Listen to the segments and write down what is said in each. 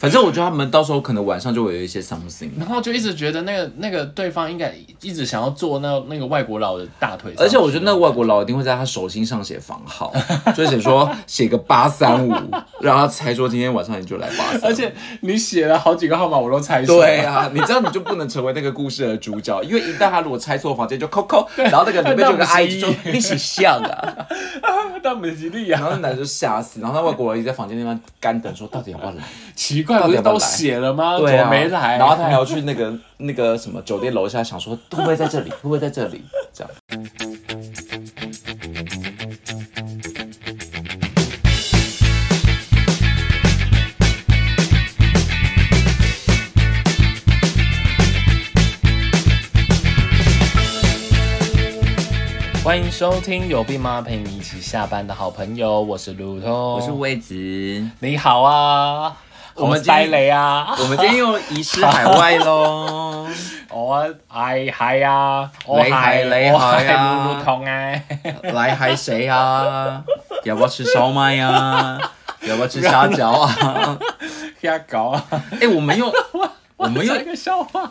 反正我觉得他们到时候可能晚上就会有一些 something，然后就一直觉得那个那个对方应该一直想要坐那那个外国佬的大腿上去，啊而且我觉得那个外国佬一定会在他手心上写房 号，就写说写个八三五，让他猜说今天晚上你就来八三。而且你写了好几个号码，我都猜错。对啊，你这样你就不能成为那个故事的主角，因为一旦他如果猜错房间就扣扣，然后那个里面就有个阿姨就说你是像啊，但美吉利然啊，后那男的就吓死，然后那外国人一直在房间那边干等，说到底要不要来？奇怪，不是都写了吗？对怎啊，么没来？然后他还要去那个那个什么酒店楼下，想说会不会在这里，会不会在这里？这样。 欢迎收听《有病吗？陪你一起下班的好朋友》，我是路通，我是魏子，你好啊，我们好今天塞雷啊，我们今天又遗失海外 喽。我哎嗨呀，我雷嗨雷我嗨啊路路通哎，来嗨谁啊？要不要吃烧麦呀、啊？要不要吃虾饺 啊？ 瞎搞啊，哎、我们又我们 又这个笑话。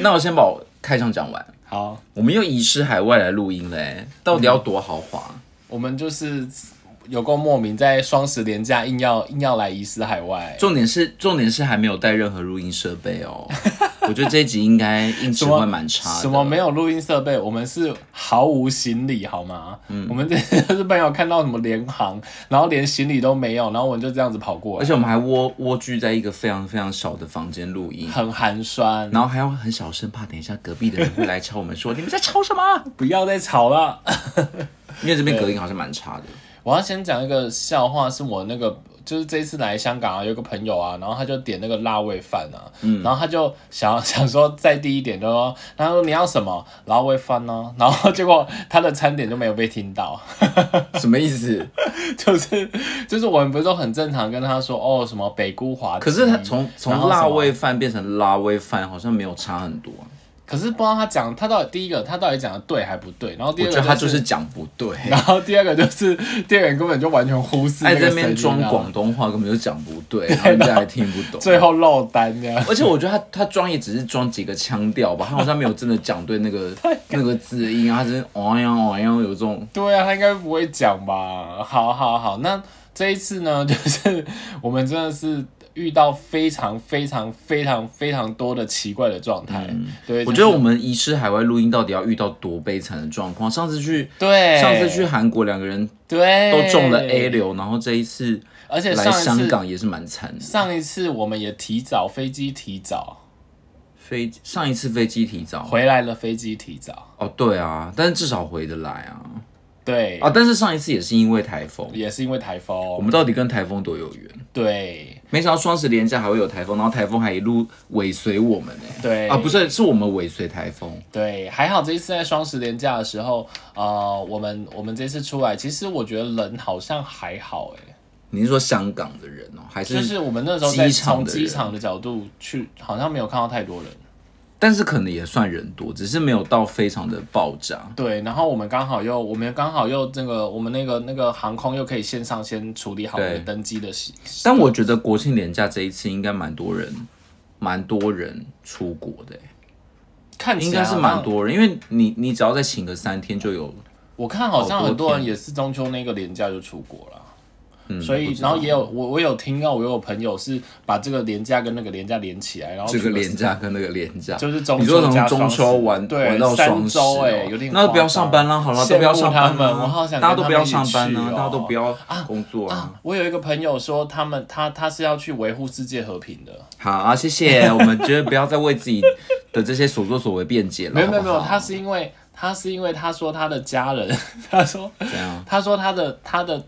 那我先把我开场讲完。好，我们又遗失海外来录音嘞、到底要多豪华？我们就是有够莫名，在双十连假硬要硬要来移师海外，重点是重点是还没有带任何录音设备哦。我觉得这一集应该音质会蛮差的。 什么没有录音设备？我们是毫无行李，好吗？嗯我们这就是朋友看到什么联航，然后连行李都没有，然后我们就这样子跑过而来，且我们还蜗蜗居在一个非常非常小的房间录 音，很寒酸。然后还要很小声，怕等一下隔壁的人会来敲我们说你们在吵什么？啊不要再吵了。因为这边隔音好像蛮差的。我要先讲一个笑话，是我那个就是这一次来香港啊，有个朋友啊，然后他就点那个辣味饭啊，嗯然后他就想 想说再低一点，就说他说你要什么辣味饭呢、 然后结果他的餐点就没有被听到， 什么意思？就是就是我们不是都很正常跟他说哦什么北姑华鸡，可是他从嗯然从后什么辣味饭变成辣味饭，好像没有差很多。啊可是不知道他讲他到底第一个他到底讲的对还不对，然后第我二觉个、得他就是是。讲不对，然后第二个就是店员根本就完全忽视爱那在那个边声音装啊广东话根本就讲不 对，然后人家还听不懂。最，后落单这 样。而且我觉得他他装也只是装几个腔调吧，他好像没有真的讲对那 个那个字音啊，他只是哦呀哦呀有这种。对啊，他应该不会讲吧？好好好，那这一次呢， 就是我们真的是遇到非常非常非常非常多的奇怪的状态。对，嗯我就觉是得我们遗失海外录音到底要遇到多悲惨的状况？上次去。对，上次去韩国，两个人对都中了 A，流，然后这一次哎而且来上一香次港也是蛮惨的。上一次我们也提早飞机提早飞上一次飞机提早，回来了，飞机提早哦，对啊，但是至少回得来啊对、啊！但是上一次也是因为台风，也是因为台我风们到底跟台风多有缘？对没想到双十连假还会有台风，然后台风还一路尾随我们呢、对啊，不是，是我们尾随台风。对，还好这一次在双十连假的时候，呃，我们我们这次出来，其实我觉得人好像还好哎、你是说香港的人哦，还是？就是我们那时候在机场的从人机场的角度去，好像没有看到太多人。但是可能也算人多，只是没有到非常的爆炸。对，然后我们刚好又，我们刚好又那个，我们那个那个航空又可以线上先处理好我对们登机的事。但我觉得国庆连假这一次应该蛮多人，蛮多人出国的欸、看起来应该是好像蛮。多人，因为你你只要再请个三天就有我看好像好多很多人天也是中秋那个连假就出国了，嗯所不以知然道后也有我我有听到，我有朋友是把这个连假跟那个连假连起来，然后这个去了廉价跟那个廉价，就是中秋你说从加中双十秋玩对玩到三双十周哦哎有点那都不要夸张上班啦，好了，都不要上羡班慕他啦，们我好想跟大家都不要上他班们一啦起，去哦大家都不要工作啊。我有一个朋友说，他们他他是要去维护世界和平的，好啊，谢 谢，我们觉得不要再为自己的这些所作所为辩解了，没有没有好不没好有，他是因为他是因为他说他的家人， 他说怎样？他说他的他的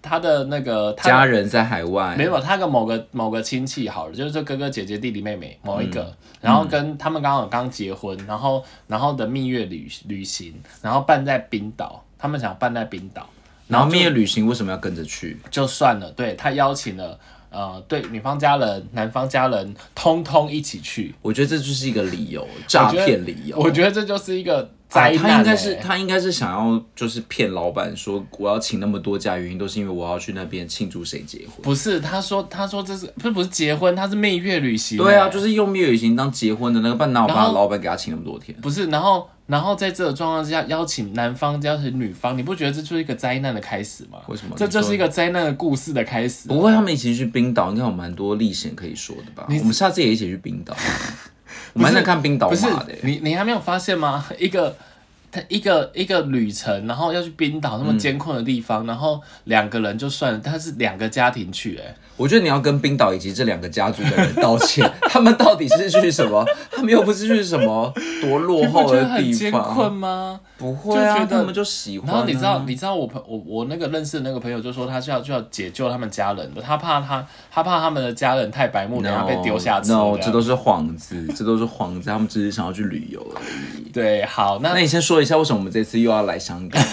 他的那个他的家人在海外，没有他跟某个某个亲戚好了，就是说哥哥姐姐弟弟妹妹某一个，嗯然后跟他们刚好刚结婚，然后然后的蜜月旅旅行，然后办在冰岛，他们想办在冰岛然后蜜月旅行为什么要跟着去？就算了，对他邀请了呃，对，女方家人、男方家人通通一起去。我觉得这就是一个理由，诈骗理由。我觉得这就是一个啊灾难、欸他应该是他应该是想要就是骗老板说我要请那么多假，原因都是因为我要去那边庆祝谁结婚。不是？他说他说这是不是不是结婚？他是蜜月旅行、对啊，欸就是用蜜月旅行当结婚的那个办，哪有然办后法老板给他请那么多天？不是？然后然后在这个状况之下，邀请男方邀请女方，你不觉得这就是一个灾难的开始吗？为什么这你说就是一个灾难的故事的开始。不会，他们一起去冰岛，应该有蛮多历险可以说的吧？我们下次也一起去冰 岛，我蛮想看冰岛不是啊马的欸。你，你还没有发现吗？ 一个他一个一个旅程，然后要去冰岛那么艰困的地方，然后两个人就算了，他是两个家庭去、欸，我觉得你要跟冰岛以及这两个家族的人道歉， 他们到底是去什么？他们又不是去什么多落你不后觉得的很地艰困方，吗？不会啊，就觉得他们就喜欢、啊。然后你知道，你知道我朋我我那个认识的那个朋友就说他是要就要解救他们家人的，他怕他他怕他们的家人太白目，等下被丢下车 No，这这样。都是幌子，这都是幌子，他们只是想要去旅游而已。对，好， 那那你先说一下，为什么我们这次又要来香 港？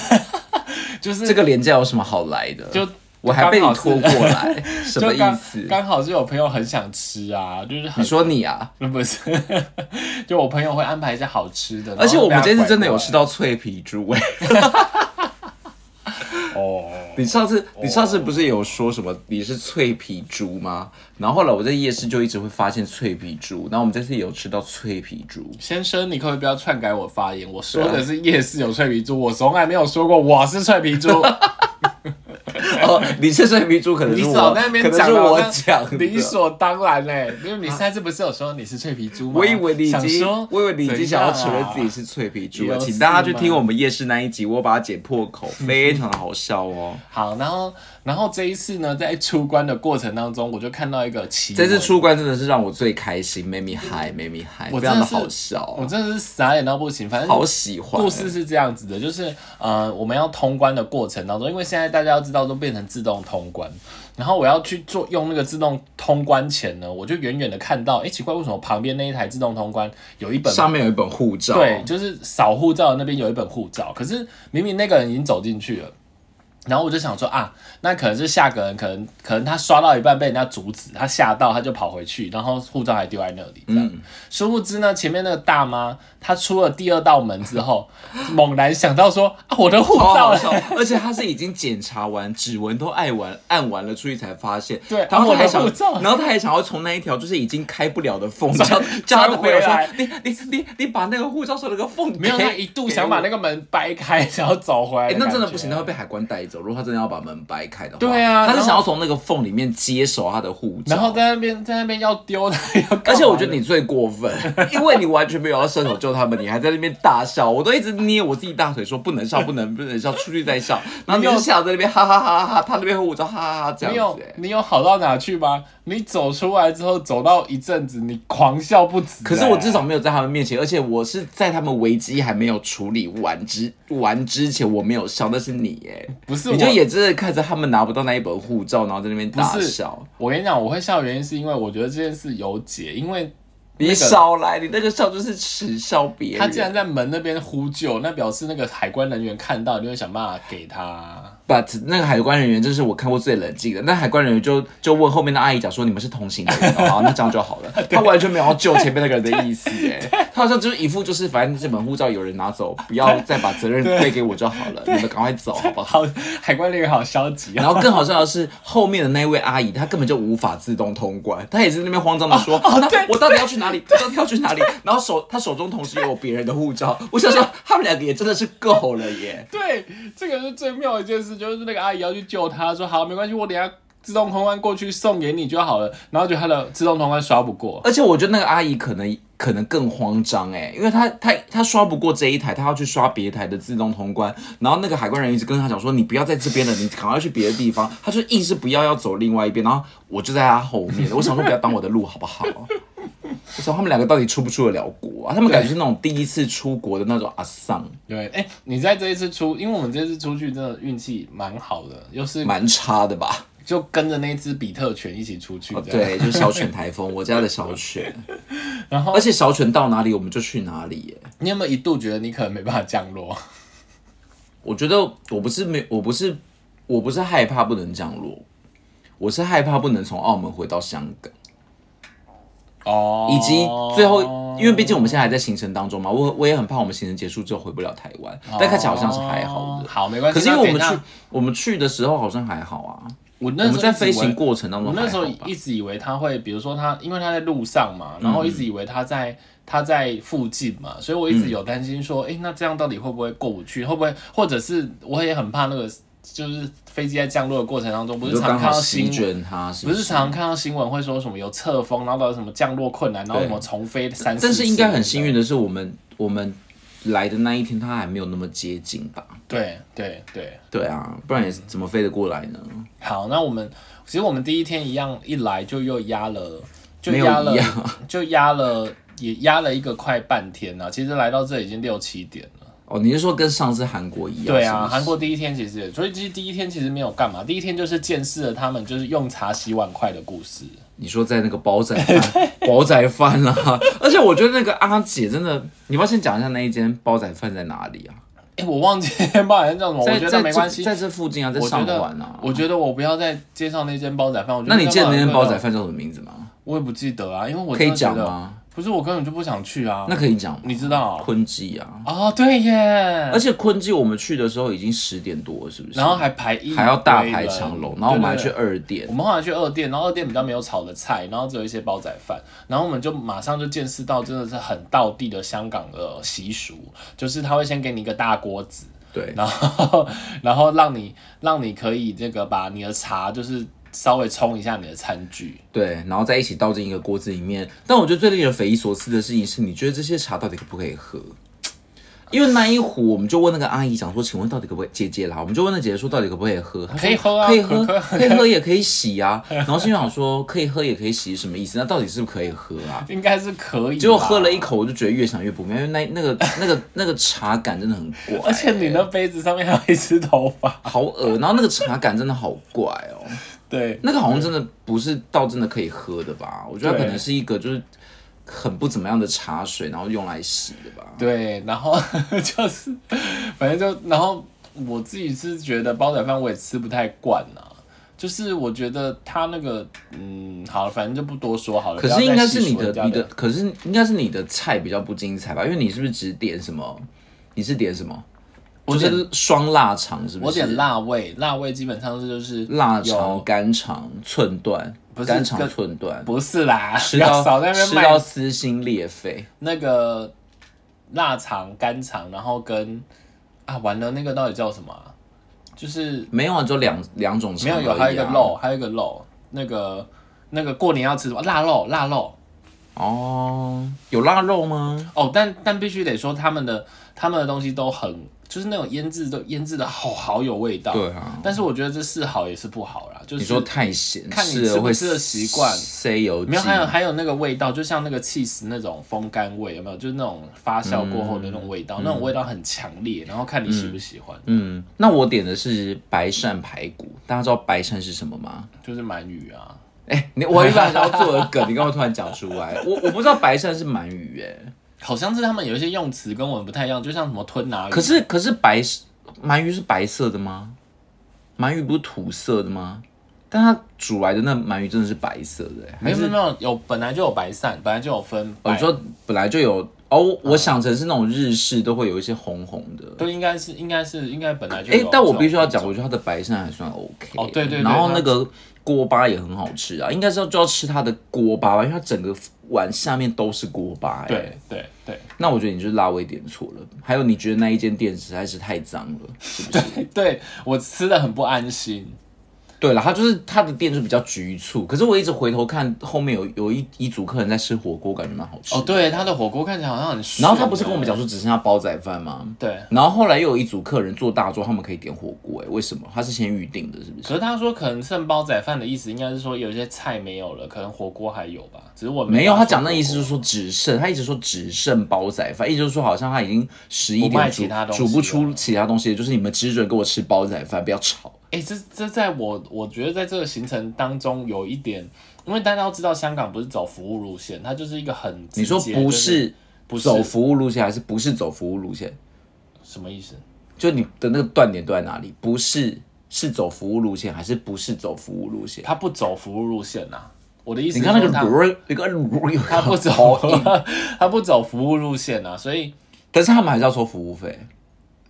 就是这个廉价有什么好来的？就我还被你刚好是拖 过来，什么就意刚思？刚好是有朋友很想吃啊，就是你很 说你啊？不是， 就我朋友会安排一些好吃的，而且我们这次真的有吃到到脆皮猪哎、哦，你上次你上次不是有说什么你是脆皮猪吗？然后后来我在夜市就一直会发现脆皮猪，然后我们这次也有吃到脆皮 猪。先生，你可不可以不要篡改我发言？我说啊的是夜市有脆皮猪，我从来没有说过我是脆皮猪。哦，你是脆皮猪，可能你是少我，在那边可能讲是了，我那讲的。啊理所当然嘞、因为你上次不是有说你是脆皮猪吗？我以为你已想经说，我以为你已经想要承认自己怎样啊。是脆皮猪有了，事请大家去吗听我们夜市那一集，我把它剪破 口，非常好笑哦。好，然后然后这一次呢，在出关的过程当中，我就看到一个奇，这次，出关真的是让我最开心，made me high，made me high，我非真常的的是好哦我笑，真的是傻眼到不行，反正好喜欢。故事是这样子的，就是呃，我们要通关的过程当中，因为现在大家要知道都变成自动通关，然后我要去做用那个自动通关前呢，我就远远的看到，哎、奇怪，为什么旁边那一台自动通关有一本上面有一本护照，对，，就是扫护照的那边有一本护照，可是明明那个人已经走进去了。然后我就想说啊，那可能是下个人，可能可能他刷到一半被人家阻止，他吓到他就跑回去，然后护照还丢在那里。这样，嗯殊不知呢，前面那个大妈她出了第二道门之后，猛然想到说啊，我的护好照好嘞笑。 而且他是已经检查完，指纹都按 完，按完了出去才发现。对然后啊他还我的护想照， 然后他还想要从那一条就是已经开不了的 缝，叫叫他的朋友说钻回来：“你你你你把那个护照上那个缝给，没有，她一度想把个。”那个门掰开， 想要走回来哎、的那感真的觉不行，他会被海关带走。如果他真的要把门掰开的话，对啊他是然后想要从那个缝里面接手他的护照。然后在那边在那边要丢 的，要 干嘛的而且我觉得你最过分， 因为你完全没有要伸手救他们，你还在那边大笑，我都一直捏我自己大腿说不能 笑，不能不能笑，出去再笑。然后你就笑在那边哈哈哈哈哈，他那边和我说哈哈哈这你样有子、欸。你有好到哪去吗？你走出来之后，走到一阵子，你狂笑不止、欸可是我至这少种没有在他们面前，而且我是在他们危机还没有处理完之完之前，我没有笑，那是你哎，不是我，你就眼睁睁看着他们拿不到那一本护照，然后在那边大不是笑。我跟你讲，我会笑的原因是因为我觉得这件事有解，因为你那个少来，你那个笑就是耻笑别人。他竟然在门那边呼救，那表示那个海关人员看到，就会想办法给他。 But 那个海关人员，这是我看过最冷静的。那海关人员就就问后面的阿姨讲说：“你们是同行的人哦，好，那这样就好了。”他完全没有要救前面那个人的意思，哎，他好像就是一副就是反正这本护照有人拿走，不要再把责任推给我就好了，你们赶快走好不好？好， 海关人员好消极然啊！后更好笑的是，后面的那位阿姨她根本就无法自动通关，她也是那边慌张的说：“那我到底要去哪里？我到底要去哪里？”然后手她手中同时也有别人的护照，我想说他们两个也真的是够了耶。对，这个是最妙的一件事，就是那个阿姨要去救他，说好没关系，我等一下自动通关过去送给你就好了。然后就他的自动通关刷不过，而且我觉得那个阿姨可能可能更慌张哎、因为她她她刷不过这一台，她要去刷别台的自动通关，然后那个海关人一直跟她讲说你不要在这边了，你赶快去别的地方，她就硬是不要要走另外一边，然后我就在她后面，我想说不要挡我的路好不好？我想他们两个到底出不出得了国啊？他们感觉是那种第一次出国的那种阿桑，对，哎、你在这一次出，因为我们这次出去真的运气蛮好的，又是蛮差的吧？就跟着那只比特犬一起出去这哦样。对，就是小犬台风，我家的小犬，然后而且小犬到哪里我们就去哪里耶、你有没有一度觉得你可能没办法降落？我觉得我不是没，我不是，我不是害怕不能降落，我是害怕不能从澳门回到香港，哦， 以及最后，因为毕竟我们现在还在行程当中嘛，我我也很怕我们行程结束之后回不了台湾，但看起来好像是还好哦的。好没关系。可是因为我们哦去那等一下，我们去的时候好像还好啊，我那我时候们在一直以飞为行过程当我中还那时好候吧嗯一。直以为他会，比如说他，因为他在路上嘛，然后一直以为他在、他在附近嘛，所以我一嗯直有担心说，诶，那这样到底会不会过不去？会不会，或者是我也很怕那个，就是飞机在降落的过程当中，不你是就常刚看好到新席闻，卷它，是不是是常看到新闻会说什么有侧风，然后到底什么降落困难，然后什么重飞三，但四是应该次很幸运的是，我们我们来的那一天，它还没有那么接近吧？对对对，对啊，不然也是怎么飞得过来呢？好，那我们其实我们第一天一样一来就又压了，就没有压了一样，就压了，也压了一个快半天了、其实来到这已经六七点了。哦，你是说跟上次韩国一样？对是啊，不是韩国第一天其实也，所以其实第一天其实没有干嘛，第一天就是见识了他们就是用茶洗碗筷的故事。 你说在那个煲仔饭，煲仔饭啦、 而且我觉得那个阿姐真的，你要不要先讲一下那一间煲仔饭在哪里啊？哎、我忘记包好像叫什么，哦我在觉在得没关系这。在这附近啊，在我觉上得环啊。我觉得我不要再介绍那间煲仔饭。我觉得那你记得那间煲仔饭，饭叫什么名字吗？我也不记得啊，因为我可真以的觉讲得？吗？不是，我根本就不想去啊。那可以讲吗。你知道坤记啊，哦，对耶而。且坤记我们去的时候已经十点多了，是不是？然后还排一还要大堆排人长龙，然后我们还对去对对二店我。们后来去二店，然后二店比较没有炒的菜，然后只有一些煲仔饭，然后我们就马上就见识到真的是很道地的香港的习俗，就是他会先给你一个大锅子，对，然后然后让你让你可以这个把你的茶就是稍微冲一下你的餐具，对，然后再一起倒进一个锅子里面。但我觉得最令人匪夷所思的事情是，你觉得这些茶到底可不可以喝？因为那一壶，我们就问那个阿姨讲说，请问到底可不可以？姐姐啦，我们就问那姐姐说到底可不可以喝？她说可以喝啊可以喝，可可以 喝也可以洗啊。然后心想说，可以喝也可以洗是什么意思？那到底是不是可以喝啊？应该是可以。结果喝了一，口，我就觉得越想越不妙，因为那那个那个那个茶感真的很怪、而且你那杯子上面还有一只头发，好恶，然后那个茶感真的好怪哦。对，那个好像真的不是到真的可以喝的吧？我觉得它对可能是一个就是很不怎么样的茶水，然后用来洗的吧。对，然后 就是，反正就，然后我自己是觉得煲仔饭我也吃不太惯啊，就是我觉得它那个，嗯，好了，反正就不多说好了。可是不要应再该细是你说人的家你的，可是应该是你的菜比较不精彩吧？因为你是不是只点什么？你是点什么？我就点是双腊肠，是不我是？点辣味，辣味基本上就是腊肠、有，干肠、寸断不，是干肠跟寸断，不是啦，吃不要到少在那边吃到卖撕心裂肺。那个腊肠、干肠，然后跟啊，完了那个到底叫什么啊、就是没有啊，只有两两种肠没而有已啊。有还有一个肉，还有一个肉，那个那个过年要吃什么腊肉，腊肉。哦，有腊肉吗？哦，但但必须得说，他们的他们的东西都很，就是那种腌制都腌制的好好有味道。对啊。但是我觉得这是好也是不好啦，就是你说太咸，看你了吃不会吃的习惯塞油没有，还有剂还有那个味道，就像那个 cheese 那种风干味，有没有？就是那种发酵过后的那种味道，那种味道很强烈，然后看你喜不喜欢，嗯，那我点的是白鳝排骨，大家知道白鳝是什么吗？就是鳗鱼啊。 哎、你我原本想要做的 梗，你刚刚突然讲出来，我我不知道白鳝是鳗鱼哎、好像是他们有一些用词跟我们不太一样，就像什么吞拿 鱼，可是可是白鳗鱼是白色的吗？鳗鱼不是土色的吗？但它煮来的那鳗鱼真的是白色的、欸，还没有是没有没有有本来就有白鳝，本来就有分我白，哦说本来就有哦，我我想成是那种日式都会有一些红红的，都应该是应该是应该本来就哎、有这种品种。但我必须要讲，我觉得它的白鳝还算 OK。哦对对对然后那个锅巴也很好吃啊，应该是要就要吃它的锅巴吧，因为它整个碗下面都是锅巴、哎，对对对，那我觉得你就是辣味点错了。还有，你觉得那一间店实在是太脏了，是不是？对我吃的很不安心。对了，它就是它的店是比较局促，可是我一直回头看后面有有一一组客人在吃火锅，感觉蛮好吃。哦，对，他的火锅看起来好像很顺哦然后他不是跟我们讲说只剩下煲仔饭吗？对，然后后来又有一组客人做大桌，他们可以点火锅，哎，为什么？他是先预定的，是不是？可是他说可能剩煲仔饭的意思应该是说有些菜没有了，可能火锅还有吧，只是我没有，办法他讲那做哦意思火就是说只剩，他一直说只剩煲仔饭，意思就是说好像他已经十一不卖点其煮他东西煮不了出其他东西，就是你们只准给我吃煲仔饭，不要吵。锅。哎、这这在我我觉得在这个行程当中有一点，因为大家都知道香港不是走服务路线，它就是一个很直你说接不就是是不是走服务路线，还是不是走服务路线？什么意思？就你的那个断点都在哪里？不是是走服务路线还是不是走服务路线？他不走服务路线呐、我的意思你是看那说个他，卤，那个卤，他不走， 他不走服务路线呐、所以但是他们还是要收服务费。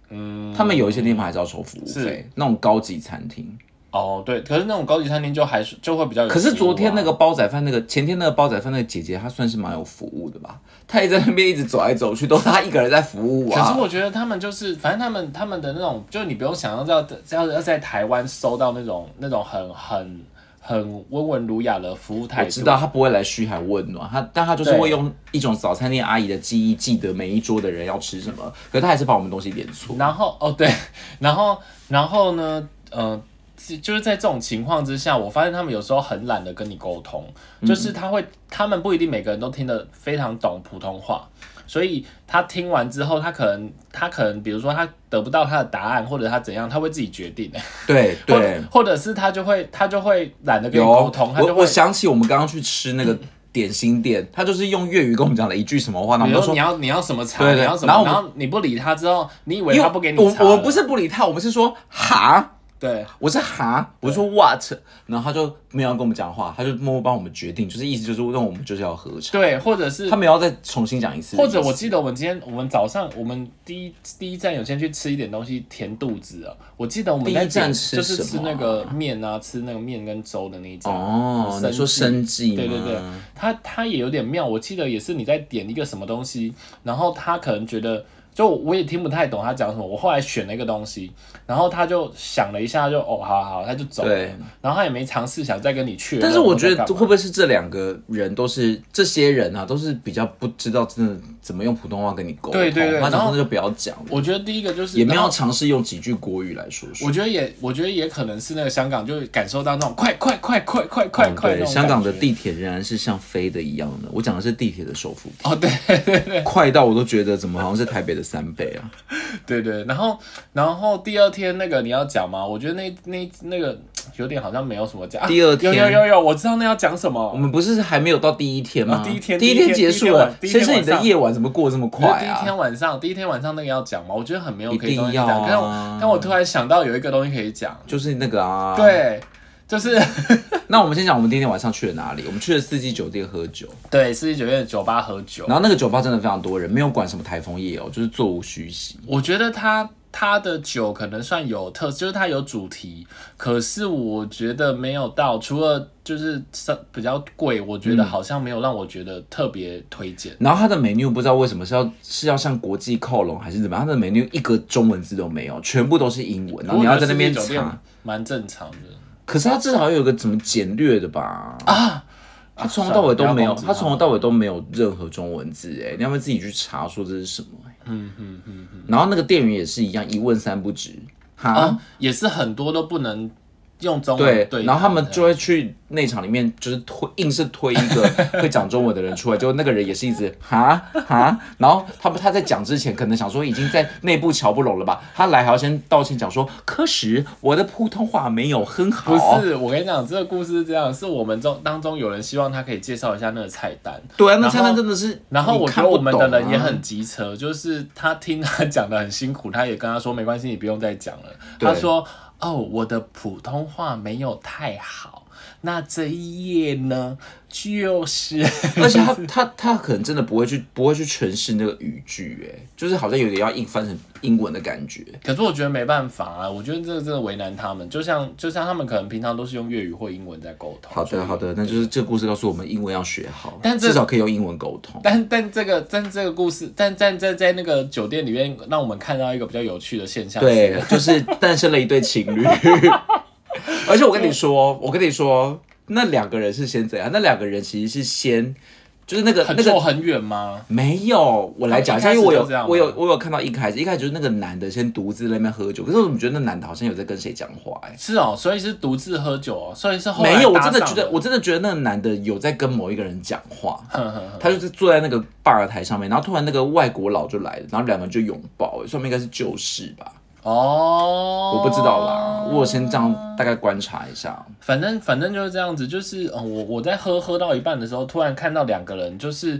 嗯，他们有一些地方还是要收服务费是，那种高级餐厅。哦对，可是那种高级餐厅就还是就会比较有、啊可是昨天那个。煲仔饭，那个前天那个煲仔饭那个姐姐，她算是蛮有服务的吧？她也在那边一直走来走去，都是她一个人在服务可啊。是我觉得他们就是，反正他们他们的那种，就是你不用想象到要要在台湾收到那种那种很很很温文儒雅的服务态我度。知道她不会来嘘寒问暖，她但她就是对会用一种早餐店阿姨的记忆记得每一桌的人要吃什么，可是她还是把我们东西点错。然后哦对， 然后然后呢，呃，就就是在这种情况之下，我发现他们有时候很懒得跟你沟通，嗯就是他会，他们不一定每个人都听得非常懂普通话。所以他听完之后，他可能他可能，比如说他得不到他的答案，或者他怎样，他会自己决定。对或对，或者是他就会他就会懒得跟有你沟通，他我就会我想起我们刚刚去吃那个点心店，她就是用粤语跟我们讲了一句什么话，然后比我们就如说说你要你要什么茶，对对你要什么，然后我然后你不理他之后，你以为因为他不给我你茶我了不是不理他，我们是说哈。对，我是哈，我说 what，然后他就没有要跟我们讲话，他就默默帮我们决定，就是意思就是让我们就是要喝茶，对，或者是他没有要再重新讲一次的意或思，者我记得我们今天我们早上我们第一第一站有先去吃一点东西填肚子啊，我记得我们第一在站点吃就是什吃么啊那个面啊，吃那个面跟粥的那一家哦，你说生计吗？对对对，他他也有点妙。我记得也是你在点一个什么东西，然后他可能觉得，就我也听不太懂他讲什么。我后来选了一个东西，然后他就想了一下就，哦，好好好，他就走了对。然后他也没尝试想再跟你去。但是我觉得然会后在干嘛不会是这两个人都是这些人啊，都是比较不知道真的怎么用普通话跟你沟通，对对对他然讲后那就不要讲了，我觉得第一个就是也没然有后尝试用几句国语来说说。我觉得也，我觉得也可能是那个香港，就感受到那种快快快快快快哦快、那对，种香港的感觉地铁仍然是像飞的一样的，我讲的是地铁的手扶梯，哦，对 对对快到我都觉得怎么好像是台北的三倍啊。对对，然后然后第二天那个你要讲吗？我觉得那那那个有点好像没有什么讲。啊第二天有有有有，我知道那要讲什我么。们不是还没有到第一天吗？啊第一天第一第一天结束了。第一天先生，你晚的上夜晚怎么过这么我觉得快第一啊？天晚上，第一天晚上那个要讲吗？我觉得很没有一可以定东西要讲，但啊我但我突然想到有一个东西可以讲，就是那个啊。。对，就是那我们先讲我们第一天晚上去了哪里？我们去了四季酒店喝酒， 对四季酒店的酒吧喝酒，然后那个酒吧真的非常多人，没有管什么台风夜哦，就是座无虚席。我觉得它它的酒可能算有特，就是它有主题，可是我觉得没有到，除了就是稍比较贵，我觉得好像没有让我觉得特别推荐。然后它的 menu 不知道为什么是要是要向国际靠拢还是怎么样，它的 menu 一个中文字都没有，全部都是英文，然后你要在那边不过我觉得世界酒查店。蛮正常的。可是它至少有个怎么简略的吧？啊，它从头到尾都没有，啊算了不要攻击它从头到尾都没有任何中文字哎，你要不要自己去查说这是什么？哎嗯嗯嗯嗯，然后那个店员也是一样，一问三不知。哈，啊，也是很多都不能用中对文，对答的，然后他们就会去内场里面，就是推硬是推一个 会讲中文的人出来，就那个人也是一直哈哈，然后他们他在讲之前，可能想说已经在内部瞧不拢了吧，他来还要先道歉讲说，科什我的普通话没有很好，不是，我跟你讲，这个故事是这样，是我们中当中有人希望他可以介绍一下那个菜单，对啊，那然后菜单真的是，然后我你觉看得不我们的懂啊人也很机车，就是他听他讲的很辛苦，他也跟他说没关系，你不用再讲了。对他说：“哦，我的普通话没有太好，那这一页呢，就是 而且他他他可能真的不会去不会去诠释那个语句，哎，就是好像有点要硬翻成英文的感觉。可是我觉得没办法啊，我觉得这真的为难他们，就像就像他们可能平常都是用粤语或英文在沟通。好所以的，好的，那就是这个故事告诉我们，英文要学好，但这至少可以用英文沟通。但但这个但这个故事，但但在在那个酒店里面，让我们看到一个比较有趣的现象。，对，就是诞生了一对情 侣。而且我跟你说，我跟你说，那两个人是先怎样？那两个人其实是先，就是那个很那个坐很远吗？没有，我来讲一下，他们因为我哦一开始有就这样吗我有我有看到一开始，一开始就是那个男的先独自在那边喝酒，可是我怎么觉得那男的好像有在跟谁讲话、哎。是哦，所以是独自喝酒哦，所以是后来没有，我搭真的上觉得，我真的觉得那个男的有在跟某一个人讲话，哼哼哼他就是坐在那个吧台上面，然后突然那个外国佬就来了，然后两个人就拥抱，上面应该是旧事吧，哦，我不知道啦，我有先这样大概观察一下，反正反正就是这样子，就是、呃、我我在喝喝到一半的时候，突然看到两个人，就是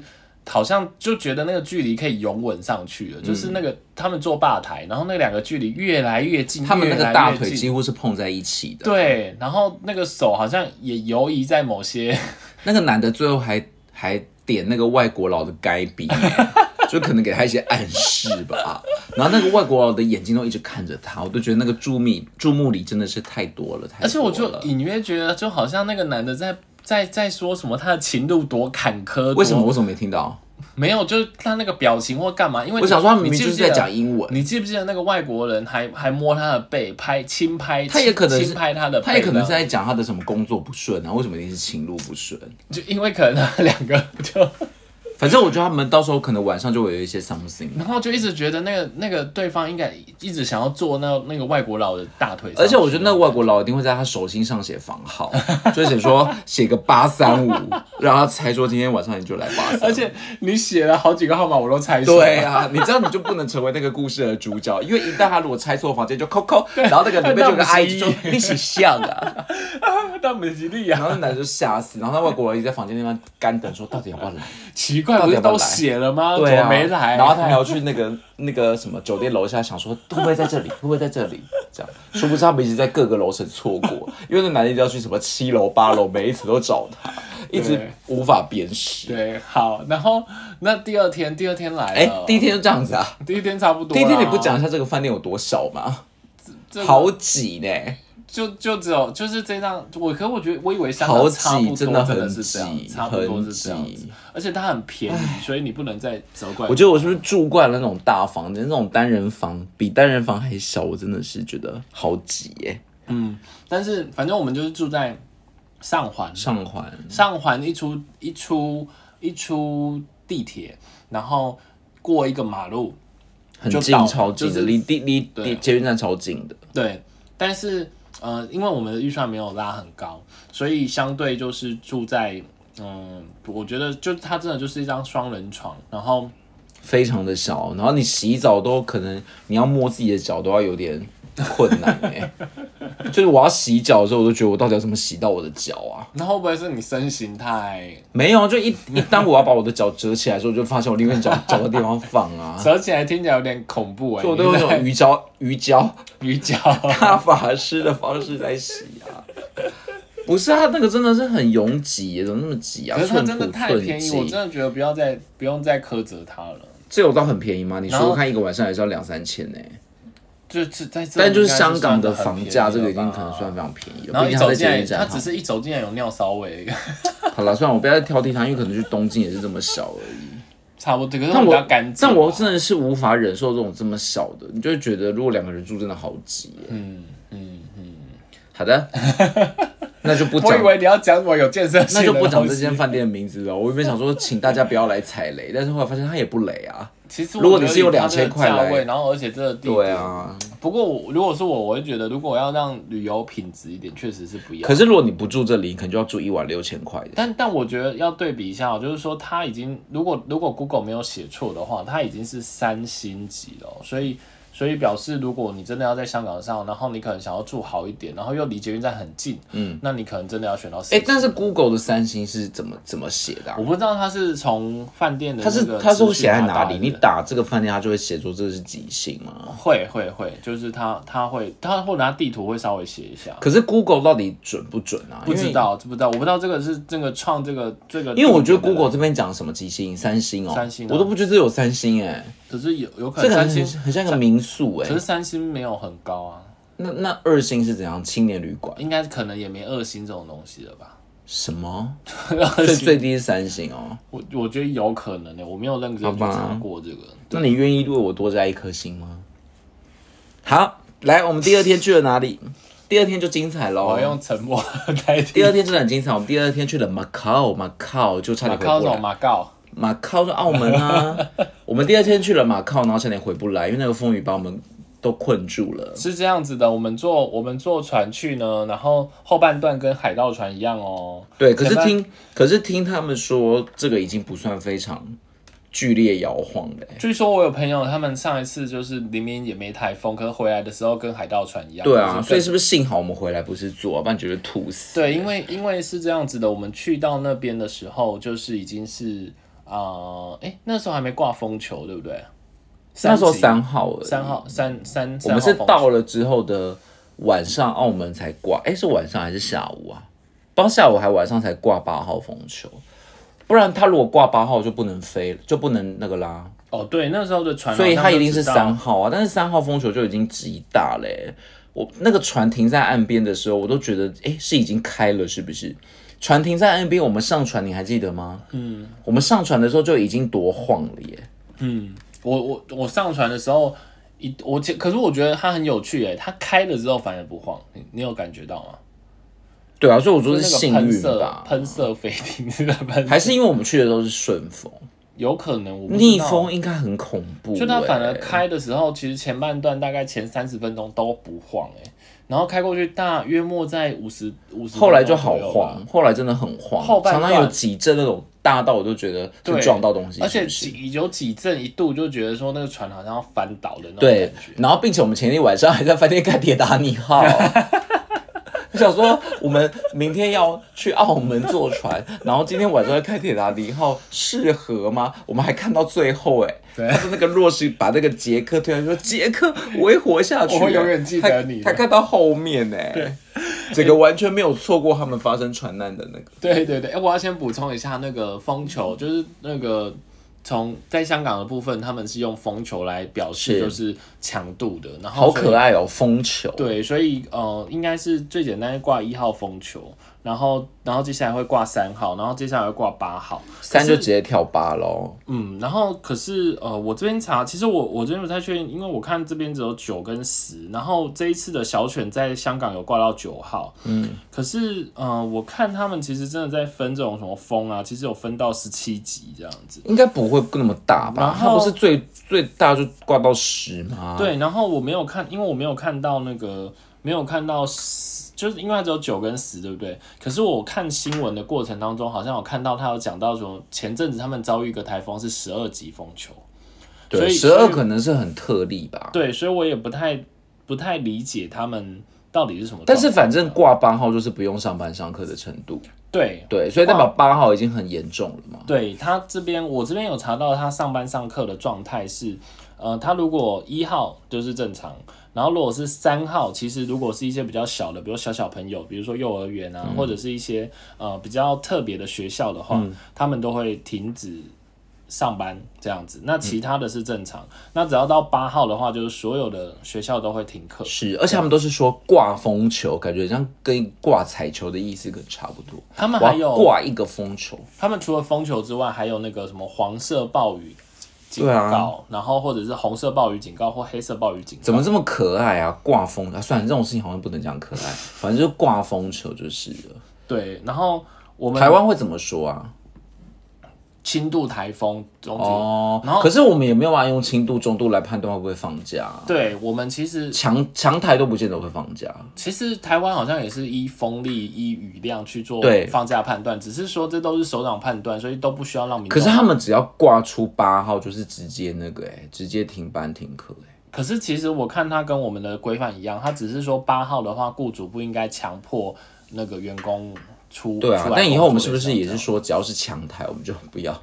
好像就觉得那个距离可以拥吻上去嗯了，就是那个他们坐吧台，然后那两个距离越来越近，他们那越个来越大腿近几乎是碰在一起的。，对，然后那个手好像也游移在某 些，那个男的最后还还点那个外国佬的该鼻， 就可能给他一些暗示吧。然后那个外国佬的眼睛都一直看着他，我都觉得那个注目注目礼真的是太多了，太多了。而且我就隐约觉得，就好像那个男的在在在说什么他的情路多坎坷，为什么多我怎么没听到？没有？就是他那个表情或干嘛？因为我想说他明你明记就不是记得在讲英文，你记不记得那个外国人还还摸他的背，拍轻拍，他也可能是轻拍他的背，他也可能是这样在讲他的什么工作不顺啊，为什么一定是情路不顺？就因为可能他两个就， 反正我觉得他们到时候可能晚上就会有一些 something 然后就一直觉得那个那个对方应该一直想要坐那那个外国佬的大腿上去，而且我觉得那个外国佬一定会在他手心上写房号，就写说 写个八三五，让他猜说今天晚上你就来八三。而且你写了好几个号码我都猜错， 对啊，你这样你就不能成为那个故事的主角，因为一旦他如果猜错房间就扣扣，然 后那个里面就有个阿姨就说你是像啊，但美吉 利然啊，后那男的就吓死，然后那外国人一直在房间那边干等说到底要不要来，奇怪，不是都写了 吗？对怎啊么没来？然后他还要去那个 那个什么酒店楼下想说会不会在这里，会不会在这里，这样，殊不知他们一直在各个楼层错过，因为那男的一直要去什么七楼八楼，每一层都找他，一直对无法辨识。对，好，然后那第二天，第二天来哎、了，第一天就这样子啊，第一天差不多啦，第一天你不讲一下这个饭店有多小吗？这个好挤呢、就就只有就是这张，我可我觉得我以为香好港挤差不多真真的很是这样挤，差不多是这样很子挤，而且它很便宜，所以你不能再责怪我。觉得我是不是住惯了那种大房间，那种单人房比单人房还小，我真的是觉得好挤耶、嗯，但是反正我们就是住在上环，上环上环一出一出一出地铁，然后过一个马路，很就近，到超近就的，是离地离对离捷运站超近的。对，但是呃，因为我们的预算没有拉很高，所以相对就是住在嗯，我觉得就它真的就是一张双人床，然后非常的小，然后你洗澡都可能你要摸自己的脚都要有点困难 哎、就是我要洗脚的时候，我都觉得我到底要怎么洗到我的脚啊？那会不会是你身形太没有啊，就一一当我要把我的脚折起来的时候，我就发现我另外一脚找个地方放 啊，折起来听起来有点恐怖哎、所以欸，我都用那种你鱼胶鱼胶那 鱼角， 大法师的方式在洗啊。不是啊，他那个真的是很拥挤耶，怎么那么挤啊？可是它寸真的土太寸便宜，我真金，的觉得不要再不用再苛责它了。这有到很便宜吗？你说然后说看一个晚上还是要两三千呢、就是在这，但就是香港的房价，这个已经可能算算非常便宜很便宜了吧。了。然后毕竟它在一走进捷来，运它站只好。是一走进来有尿骚味， 好了，算了，我不要再挑剔它，因为可能去东京也是这么小而已。差不多。可是但比较我干净吧。啊但我真的是无法忍受这种这么小的，你就会觉得如果两个人住真的好挤耶。嗯嗯嗯，好的，那就不我讲以，为你要讲我有 建设性那的就不讲东这西。间饭店的名字了。我原本想说请大家不要来踩雷，但是后来发现它也不雷啊。其实我如果你觉得是有以它这2000个块价来位，然后而且这个地 对点，啊，不过我如果是我，我会觉得如果要让旅游品质一点，确实是不一样。可是如果你不住这里，你可能就要住一晚六千块的。但但我觉得要对比一下哦，就是说它已经，如果如果 Google 没有写错的话，它已经是三星级了哦，所以所以表示如果你真的要在香港上，然后你可能想要住好一点，然后又离捷运站很近，嗯，那你可能真的要选到四哎、星但是 Google 的三星是怎么怎么写的、啊我？不知道它是从饭店的它那是个它是会资写讯在拿哪到里？的你打这个饭店，它就会写出这是几星吗？会会会，就是它它会它或者它地图会稍微写一下。可是 Google 到底准不准啊？不知道，知不知道？我不知道这个是这个创这个这个地点的人，因为，因为我觉得 Google 这边讲什么几星，三星哦，三星啊我都不觉得有三星哎、可是有有可这能个三很星，很像个民宿哎、可是三星没有很高啊。那那二星是怎样？青年旅馆应该可能也没二星这种东西了吧？什么？ 二最星，最低是三星哦。我我觉得有可能的、欸我没有认真去好吧哦查过这个。那你愿意为我多加一颗星吗？好，来，我们第二天去了哪里？第二天就精彩我要喽。哦用沉默 代替。第二天真的很精彩，我们第二天去了 Macau，Macau 就差马点回靠不走来。马告，马靠是澳门啊。我们第二天去了马靠，然后差点回不来，因为那个风雨把我们都困住了。是这样子的。我们坐我们坐船去呢，然后后半段跟海盗船一样哦。对，可是前半听可是听他们说，这个已经不算非常剧烈摇晃了欸、据说我有朋友，他们上一次就是明明也没台风，可是回来的时候跟海盗船一样。对就啊，是所以是不是幸好我们回来不是坐、啊，不然觉得吐死。对，因为因为是这样子的，我们去到那边的时候，就是已经是呃，哎、那时候还没挂风球，对不对？那时候级三号了，三号三三，我们三是号风到球了之后的晚上，澳门才挂，哎、是晚上还是下午啊？不知道下午还晚上才挂八号风球，不然他如果挂八号就不能飞了，就不能那个啦。哦，对，那时候的船好所以像就知道，他一定是三号啊，但是三号风球就已经极大嘞、我那个船停在岸边的时候，我都觉得，哎、是已经开了是不是？船停在岸边，我们上船，你还记得吗？嗯，我们上船的时候就已经多晃了耶。我我我上船的时候，一我其可是我觉得它很有趣诶，它开了之后反而不晃，你你有感觉到吗？对啊，所以我说就是是幸那个喷运射吧，喷射飞艇是喷，还是因为我们去的都是顺风。有可能我不知道逆风，应该很恐怖、欸，就它反而开的时候，其实前半段大概前三十分钟都不晃诶，然后开过去大约莫在五十五十，后来就好晃，，后来真的很晃，后半常段常有几阵那种大到我都觉得对是撞到东西，而且是不是几有几阵一度就觉得说那个船好像要翻倒的那种对感觉，，然后并且我们前天晚上还在饭店看《铁达尼 号》。我想说，我们明天要去澳门坐船，然后今天晚上要看《铁达尼号》，适合吗？我们还看到最后、欸，对哎，他说那个若是把那个杰克推来说，杰克，我会活下去、我会永远记得他你的他看到后面、欸，整个完全没有错过他们发生船难的那个。对对对，哎、我要先补充一下那个风球，就是那个从在香港的部分，他们是用风球来表示是就是强度的，然后好所以可。爱哦，风球。对，所以呃，应该是最简单挂一号风球，然后然后接下来会挂三号，然后接下来会挂八号，三可就是直接跳八喽。嗯，然后可是呃，我这边查，其实我我这边不太确定，因为我看这边只有九跟十，然后这一次的小犬在香港有挂到九号，嗯，可是呃，我看他们其实真的在分这种什么风啊，其实有分到十七级这样子。应该不会那么大然吧？后它不是最最大就挂到十吗？，对，然后我没有看，因为我没有看到那个，没有看到十，就是因为它只有九跟十，对不对？可是我看新闻的过程当中，好像有看到他有讲到什么，前阵子他们遭遇一个台风是十二级风球，所对，以十所二以可能是很特例吧。对，所以我也不太不太理解他们到底是什么状况。但是反正挂八号就是不用上班上课的程度，对对，所以代表八号已经很严重了嘛。对他这边，我这边有查到他上班上课的状态是，呃，他如果一号就是正常，然后如果是三号，其实如果是一些比较小的，比如小小朋友，比如说幼儿园嗯啊，或者是一些呃比较特别的学校的话，他们都会停止。上班这样子，那嗯其他的是正常。那只要到八号的话，就是所有的学校都会停课。是，而且他们都是说挂风球，感觉像跟挂彩球的意思可能差不多。他们我还要有挂一个风球，他们除了风球之外，还有那个什么黄色暴雨警告，对啊然后或者是红色暴雨警告或黑色暴雨警告。怎么这么可爱啊？挂风啊，算了，这种事情好像不能讲可爱，反正就挂风球就是了。对，然后我们台湾会怎么说啊？轻度台风中间，哦，然后可是我们也没有办法用轻度、中度来判断会不会放假，对我们其实强强台都不见得会放假。其实台湾好像也是依风力、依雨量去做对放假判断，只是说这都是首长判断，所以都不需要让民可众。是他们只要挂出八号，就是直接那个哎、直接停班停课哎、可是其实我看他跟我们的规范一样，他只是说八号的话，雇主不应该强迫那个员工出。对啊出，来但以后我们是不工是作也是说，只要是强台，我们就不要哦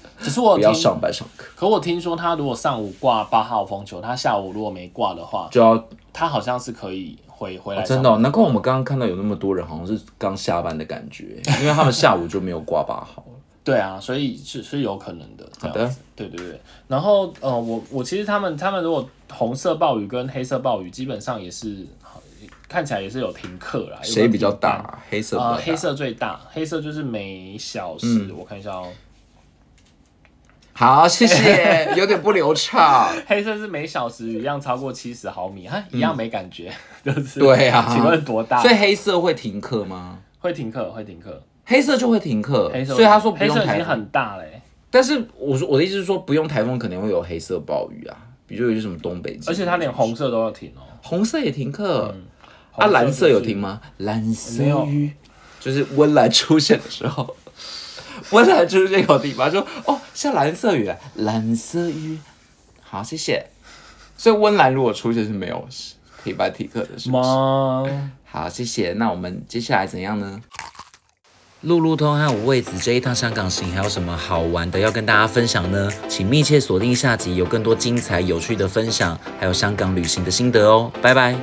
这样？只是我不要听上班上课，可我听说他如果上午挂八号风球，他下午如果没挂的话，就要、他好像是可以回回来、哦真的、哦，难怪我们刚刚看到有那么多人好像是刚下班的感觉，因为他们下午就没有挂八号。对啊，所以是是有可能的。这好样的，对对对。然后呃，我我其实他们他们如果红色暴雨跟黑色暴雨，基本上也是好看起来也是有停课啦。哎有没有谁比较停大班？啊？嗯黑色比较呃，大黑色最大，黑色就是每小时、我看一下哦，好，谢谢，有点不流畅。黑色是每小时雨量超过七十毫米，它一样没感觉， 就是对啊请问多 大？所以黑色会停课吗？会停课，会停课。黑色就会停课黑，色，所以他说不用黑色已台经风。很大欸嘞、但是我说我的意思是说，不用台风肯定会有黑色暴雨啊，比如有些什么东北季，而且它连红色都要停哦、红色也停课。啊，红蓝色有就是停吗？蓝色没有雨就是温岚出现的时候， 温岚出现有停吗？说哦，下蓝色雨了，蓝色雨。好，谢谢。所以温岚如果出现是没有停班停课的，是不是？吗？好，谢谢。那我们接下来怎样呢？路路通和五味子这一趟香港行还有什么好玩的要跟大家分享呢？请密切锁定下集，有更多精彩有趣的分享，还有香港旅行的心得哦。拜拜。